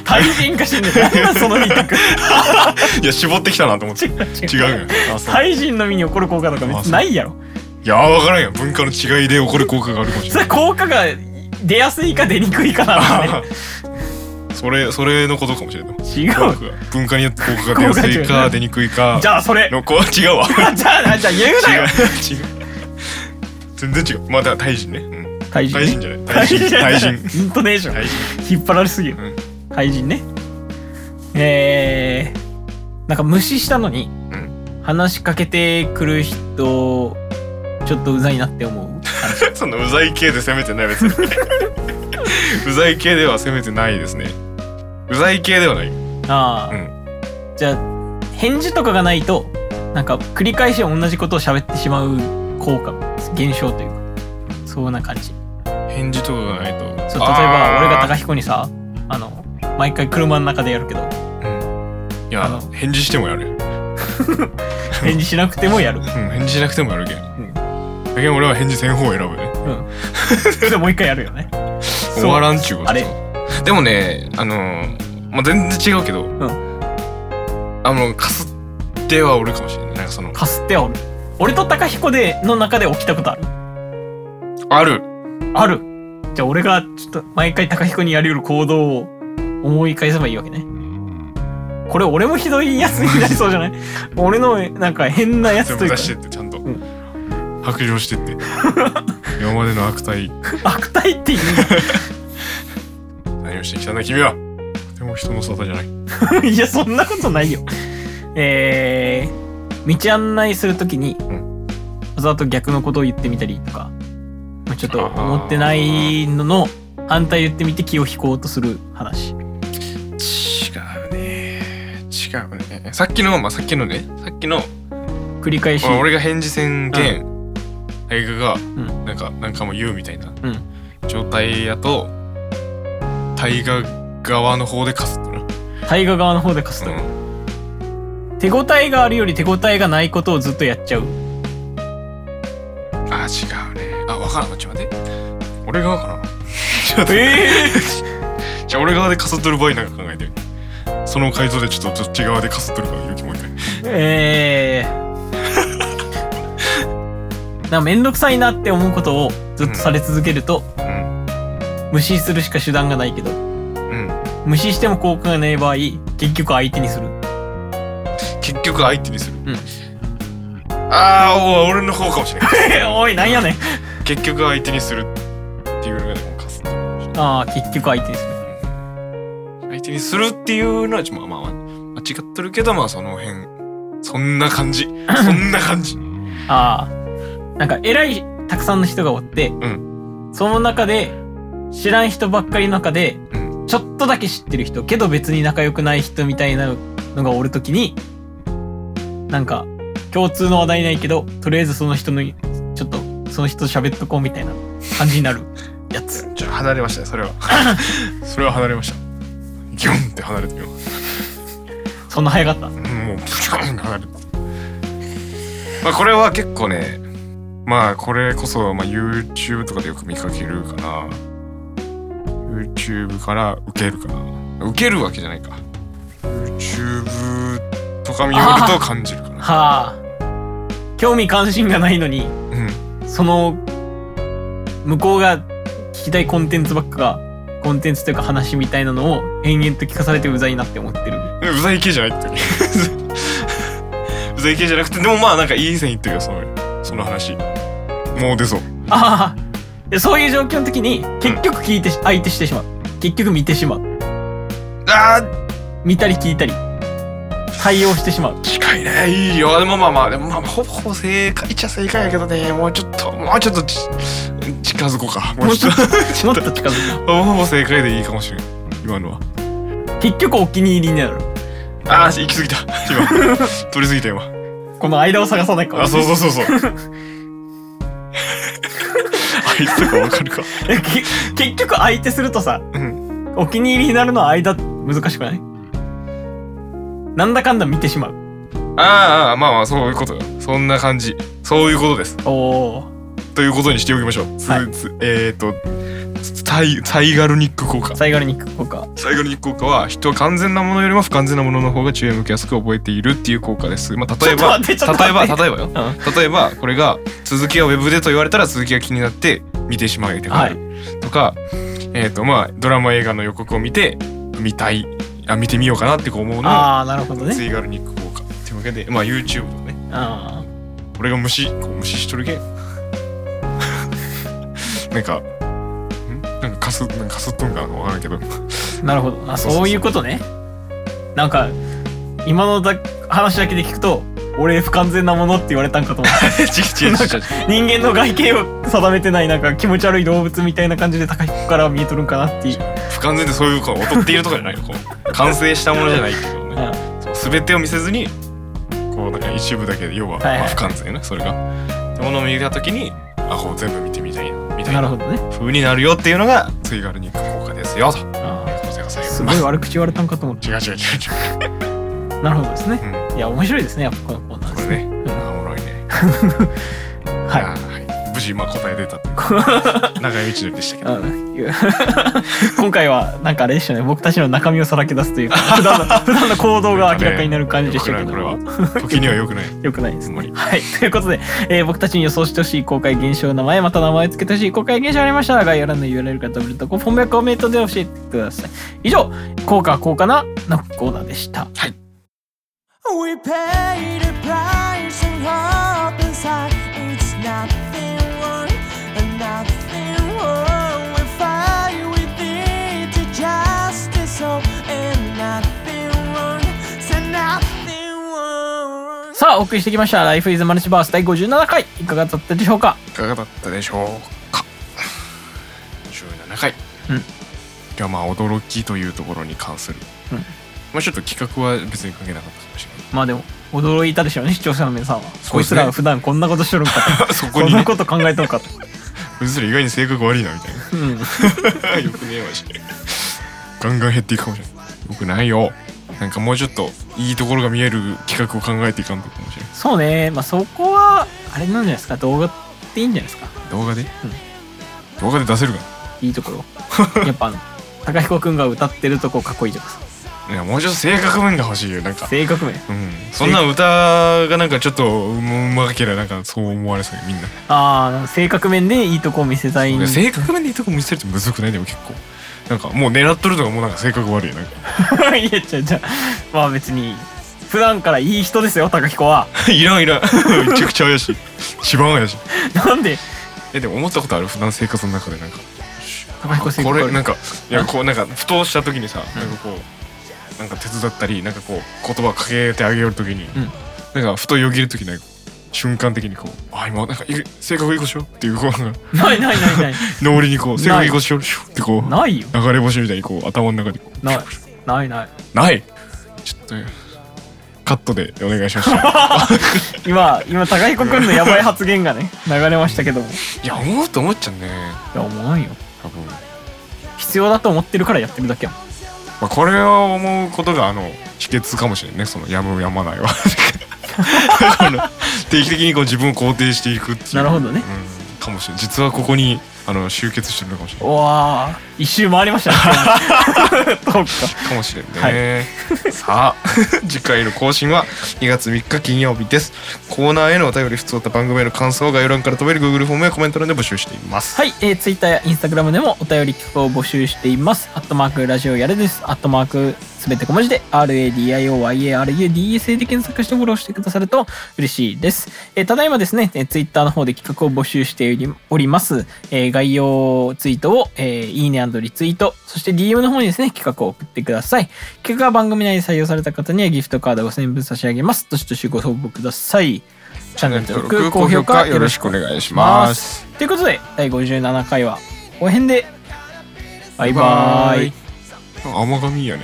S2: 対人が死んでるなんだその二択
S1: いや絞ってきたなと思って
S2: 違う違う
S1: 違うよあそう
S2: 対人の身に起こる効果とか別にないやろ
S1: いや分からんよ文化の違いで起こる効果があるかもし
S2: そ
S1: れ
S2: れ
S1: ない
S2: 効果が出やすいか出にくいかなんだね
S1: あそれそれのことかもし れない
S2: 違う
S1: 効果が文化によって効果が出やすい
S2: 効果
S1: か
S2: が違うね
S1: 出にくいか
S2: じゃあそれ
S1: の子は違うわ
S2: じゃあじゃあ言うな
S1: 違う
S2: よ
S1: 違う全然違うまあだから対人ね、うん、
S2: 対人
S1: 対人じゃない
S2: 対
S1: 対
S2: 人
S1: 人対人
S2: イントネーション
S1: 対人
S2: 引っ張られすぎる
S1: うん
S2: 怪人ねえー、なんか無視したのに、話しかけてくる人ちょっとうざいなって思う
S1: そのうざい系で攻めてない別に うざい系では攻めてないですねうざい系ではない
S2: ああ、
S1: う
S2: じゃあ返事とかがないとなんか繰り返し同じことを喋ってしまう効果現象というかそんな感じ
S1: 返事とかがないと
S2: そう例えば俺が高
S1: い、
S2: 彦にさあの毎回車の中でやるけど
S1: うん、い
S2: あ
S1: や
S2: の
S1: 返事してもやる、うん、
S2: 返事しなくてもやる
S1: 返事しなくてもやるけん、
S2: ん
S1: だけど俺は返事せん方を選ぶね
S2: でもう一回やるよね
S1: 終わらんちゅうこと
S2: あれ
S1: でもねあのーまあ、全然違うけど、
S2: ん
S1: あのかすっては俺かもしれないなんかその
S2: かすってはおる俺と高彦での中で起きたことある
S1: ある
S2: あるじゃあ俺がちょっと毎回高彦にやりうる行動を思い返せばいいわけねこれ俺もひどいやつになりそうじゃない俺のなんか変なや
S1: 全
S2: つと
S1: 部
S2: いうか
S1: 出してってちゃんと、
S2: ん
S1: 白状してって 今までの悪態
S2: 悪態って言
S1: 何をしてきたんだ君はでも人の沙汰じゃない
S2: うんだいやそんな ことないよえー、道案内するときに、わざと逆のことを言ってみたりとか、まあ、ちょっと思ってないのの反対言ってみて気を引こうとする話
S1: 違うね違うねさっきのまあさっきのねさっきの
S2: 繰り返し
S1: まあ俺が返事せんけん大学が
S2: ん
S1: なんかなんかも言うみたいな
S2: うん
S1: 状態やと大河側の方でかすってな
S2: 大河側の方で貸すと、
S1: うん
S2: 手応えがあるより手応えがないことをずっとやっちゃう
S1: あ違うねあわからんちょっと待って俺側か なちょっと待って
S2: え
S1: じゃあ俺側でかすっとる場合なんか考えてみてその回答でちょっとどっち側でかすっとるかいう気持ちで
S2: ー、え ー、なんかめんどくさいなって思うことをずっとされ続けると、
S1: うん
S2: 無視するしか手段がないけど
S1: うん
S2: 無視しても効果がない場合結局相手にする
S1: 結局相手にする、
S2: うん
S1: ああ俺の方かもしれない
S2: おいなんやねん
S1: 結局相手にするっていうのがでもかすってるかもしれない
S2: ああ結局相手にする
S1: 相手にするっていうのはちょっとまあまあ間違ってるけどまあその辺そんな 感じそんな感じ
S2: ああなんか偉いたくさんの人がおって、その中で知らん人ばっかりの中で、
S1: う
S2: ちょっとだけ知ってる人けど別に仲良くない人みたいなのがおるときになんか共通の話題ないけどとりあえずその人のちょっとその人と喋っとこうみたいな感じになるやつ
S1: ちょっと離れましたねそれ はそれは離れましたギョンって離れてよもう
S2: そんな早かった
S1: ギョンって離れてまあこれは結構ねまあこれこそまあ YouTube とかでよく見かけるかな YouTube から受けるかな受けるわけじゃないか YouTube とか見よると感じるかな
S2: はあ興味関心がないのに
S1: うん
S2: その向こうが聞きたいコンテンツばっかがコンテンツというか話みたいなのを延々と聞かされてうざいなって思ってる
S1: うざい系じゃないって うざい系じゃなくてでもまあなんかいい線いってるよそのその話もう出そう
S2: ああでそういう状況の時に結局聞いてし相手してしまう結局見てしまう
S1: あー
S2: 見たり聞いたり対応してしまう
S1: 近いねいいよでもまあまあでもまあほぼほぼ正解っちゃ正解やけどねもうちょっともうちょっとち近づこうかもうちょっとち
S2: も
S1: ょ
S2: っ
S1: っと
S2: と近づく
S1: ほぼほぼ正解でいいかもしれん今のは
S2: 結局お気に入りになる
S1: あー行き過ぎた 今取り過ぎた今
S2: この間を探さないから
S1: あそうそうそうそういつとかわかるか。
S2: えけ結局相手するとさ
S1: うん。
S2: お気に入りになるのは間難しくないなんだかんだ見てしまう
S1: あーあー、まあまあ、そういうことよそんな感じ。そういうことです。
S2: おお
S1: ということにしておきましょう。つ
S2: はい
S1: つえっ、ー、と、サイサイガルニック効果。
S2: サイガルニック効果
S1: サイガルニック効果は、人は完全なものよりも不完全なものの方が注意を向けやすく覚えているっていう効果です。まあ、例えば、
S2: ちょっと待ってちょっと
S1: 例えば、
S2: 待って
S1: 例えばよ。例えば、これが、続きはウェブでと言われたら続きが気になって見てしまうとか、
S2: はい
S1: とか、えっ、ー、と、まあ、ドラマ映画の予告を見て、見たい、あ見てみようかなってこう思うのを
S2: ああなるほど
S1: ツ
S2: ね
S1: イガルニック効果っていうわけで、まあ YouTube のね、
S2: あ
S1: 俺が無視、こう無視しとるけ ん。なんか、んなんかかす、なんかかすっとんかわから んけど。
S2: ーなるほどあ
S1: そうそうそう
S2: そういうことねなんか今のだ話だけで聞くと俺不完全なものって言われたんか と思った
S1: ちちちちち
S2: 人間の外形を定めてないなんか気持ち悪い動物みたいな感じで高彦からは見えとるんかなっていう
S1: 不完全でそういうこう劣っているとかじゃないよ。こ う完成したものじゃないけどね。すべてを見せずに、こうなんか一部だけで、要は、
S2: はいはい
S1: まあ不完全な、それが。ってものを見たときに、あ、こう全部見てみたいな、みたい
S2: なる
S1: な
S2: ほどね
S1: 風になるよっていうのが、ツイガルニック効果ですよ、と。
S2: あ
S1: ございます
S2: ーすごい悪口言われたんかと思っ
S1: 違う違う違う違
S2: たなるほどですね
S1: う。うん。
S2: いや面白いですねやっぱこのコーナー
S1: こ
S2: です
S1: れ
S2: ね
S1: ね、あおもろいね。
S2: はい
S1: あーはい無事まあ答え出たという
S2: こ
S1: 長い道のりでしたけど。
S2: 今回はなんかあれでしたね僕たちの中身をさらけ出すと いうか普段の普段の行動が明らかになる感じでしたけど
S1: これはこ れは時には良くない。
S2: よくないで
S1: あ
S2: す
S1: ん
S2: ね
S1: まり。
S2: はいということで、えー僕たちに予想してほしい公開現象の名前また名前を付けてほしい公開現象ありましたら概要欄の URL から飛べるとこフォームやコメントで教えてください以上「効果は効果な」のコーナーでした、
S4: We paid a price and hope inside. It's nothing wrong, and nothing wrong. We fight with it to justice, oh, and nothing wrong, so nothing wrong.
S2: さあお送りしてきました「Life is Multiverse」第57回いかがだったでしょうか
S1: いかがだったでしょうか。17回。
S2: うん
S1: 今日はまあ驚きというところに関する。
S2: うん
S1: まあちょっと企画は別に関係なかったかもしれ
S2: まあでも驚いたでしょうね視聴者の皆さんは、
S1: そう
S2: こ
S1: で
S2: い
S1: す
S2: つ
S1: ね
S2: らは普段こんなことしとるんかと
S1: ない。そ こ
S2: こ
S1: に
S2: んな
S1: ね、
S2: こと考えとるかと、
S1: うずら意外に性格悪いなみたい
S2: うん
S1: な。 よくねえわし。ガンガン減っていくかもしれない。よくないよ。なんかもうちょっといいところが見える企画を考えていかんとかもしれない。
S2: そうねまあそこはあれなんじゃないですか動画っていいんじゃないですか
S1: 動画で、動画で出せるか
S2: いいとこ ろやっぱあの高彦くんが歌ってるとこかっこいいじゃないです
S1: ないやもうちょっと性格面が欲しいよなん
S2: か
S1: か、
S2: 性格面
S1: うん、そんな歌がなんかちょっとううまけりゃなんかそう思われそうよみんな、
S2: ああなんか性格面でいいとこを見せたいん
S1: いや
S2: で
S1: 性格面でいいとこ見せるってむずくないでも結構なんかもう狙っとるとかもうなんか性格悪いよなんか
S2: いやじゃじゃまあ別に普段からいい人ですよ高彦は
S1: いらんいらん めちゃくちゃ怪しい一番怪しい
S2: なんで
S1: えでも思ったことある普段生活の中でなんか
S2: 高彦性
S1: こ
S2: 格
S1: れ
S2: 悪い
S1: なんかいやこうなんかふとした時にさ、なんかこうなんか手伝ったりなんかこう言葉かけてあげよる時に、
S2: ん
S1: なんかふとよぎる時なんか瞬間的にこうあ今なんかいい性格いい子しようっていうこうなんか
S2: ないないない ない
S1: 脳裏にこう性格いい子しようシュッってこう
S2: ないよ
S1: 流れ星みたいにこう頭の中にこう
S2: ないないない
S1: ないちょっとカットでお願いしました
S2: 今今高彦くんのやばい発言がね流れましたけども
S1: い
S2: い
S1: や思うと思っちゃうね
S2: や思わんよ
S1: 多分、ま
S2: 必要だと思ってるからやってるだけやもん
S1: あ、これを思うことがあの秘訣かもしれんねそのやむやまないは この定期的にこう自分を肯定していくっていう
S2: なるほどね
S1: うん、かもしれん実はここにあの集結してるのかもしれん
S2: うわあ一周回りましたね そうか
S1: かもしれんね、 さあ次回の更新は2月3日金曜日ですコーナーへのお便り普通と番組への感想を概要欄から飛べる Google フォームやコメント欄で募集しています
S2: はい、えー、Twitter や Instagram でもお便り企画を募集しています。アットマークラジオやれです。アットマークすべて小文字で RADIOYARUDSA で検索してフォローしてくださると嬉しいです。えーただいまですね、えー、Twitter の方で企画を募集しておりおります。えー概要ツイートを、えーいいねリツイート、そして DM の方にですね、企画を送ってください。企画が番組内で採用された方にはギフトカード5000円分差し上げます。どしどしご応募ください。チ ャンネル登録、高評価よろしくお願いします。
S1: 願いし
S2: ます。ということで第57回はこの辺でバイバ
S1: バイバ
S2: ー
S1: イ
S2: イ
S1: 甘がみやね。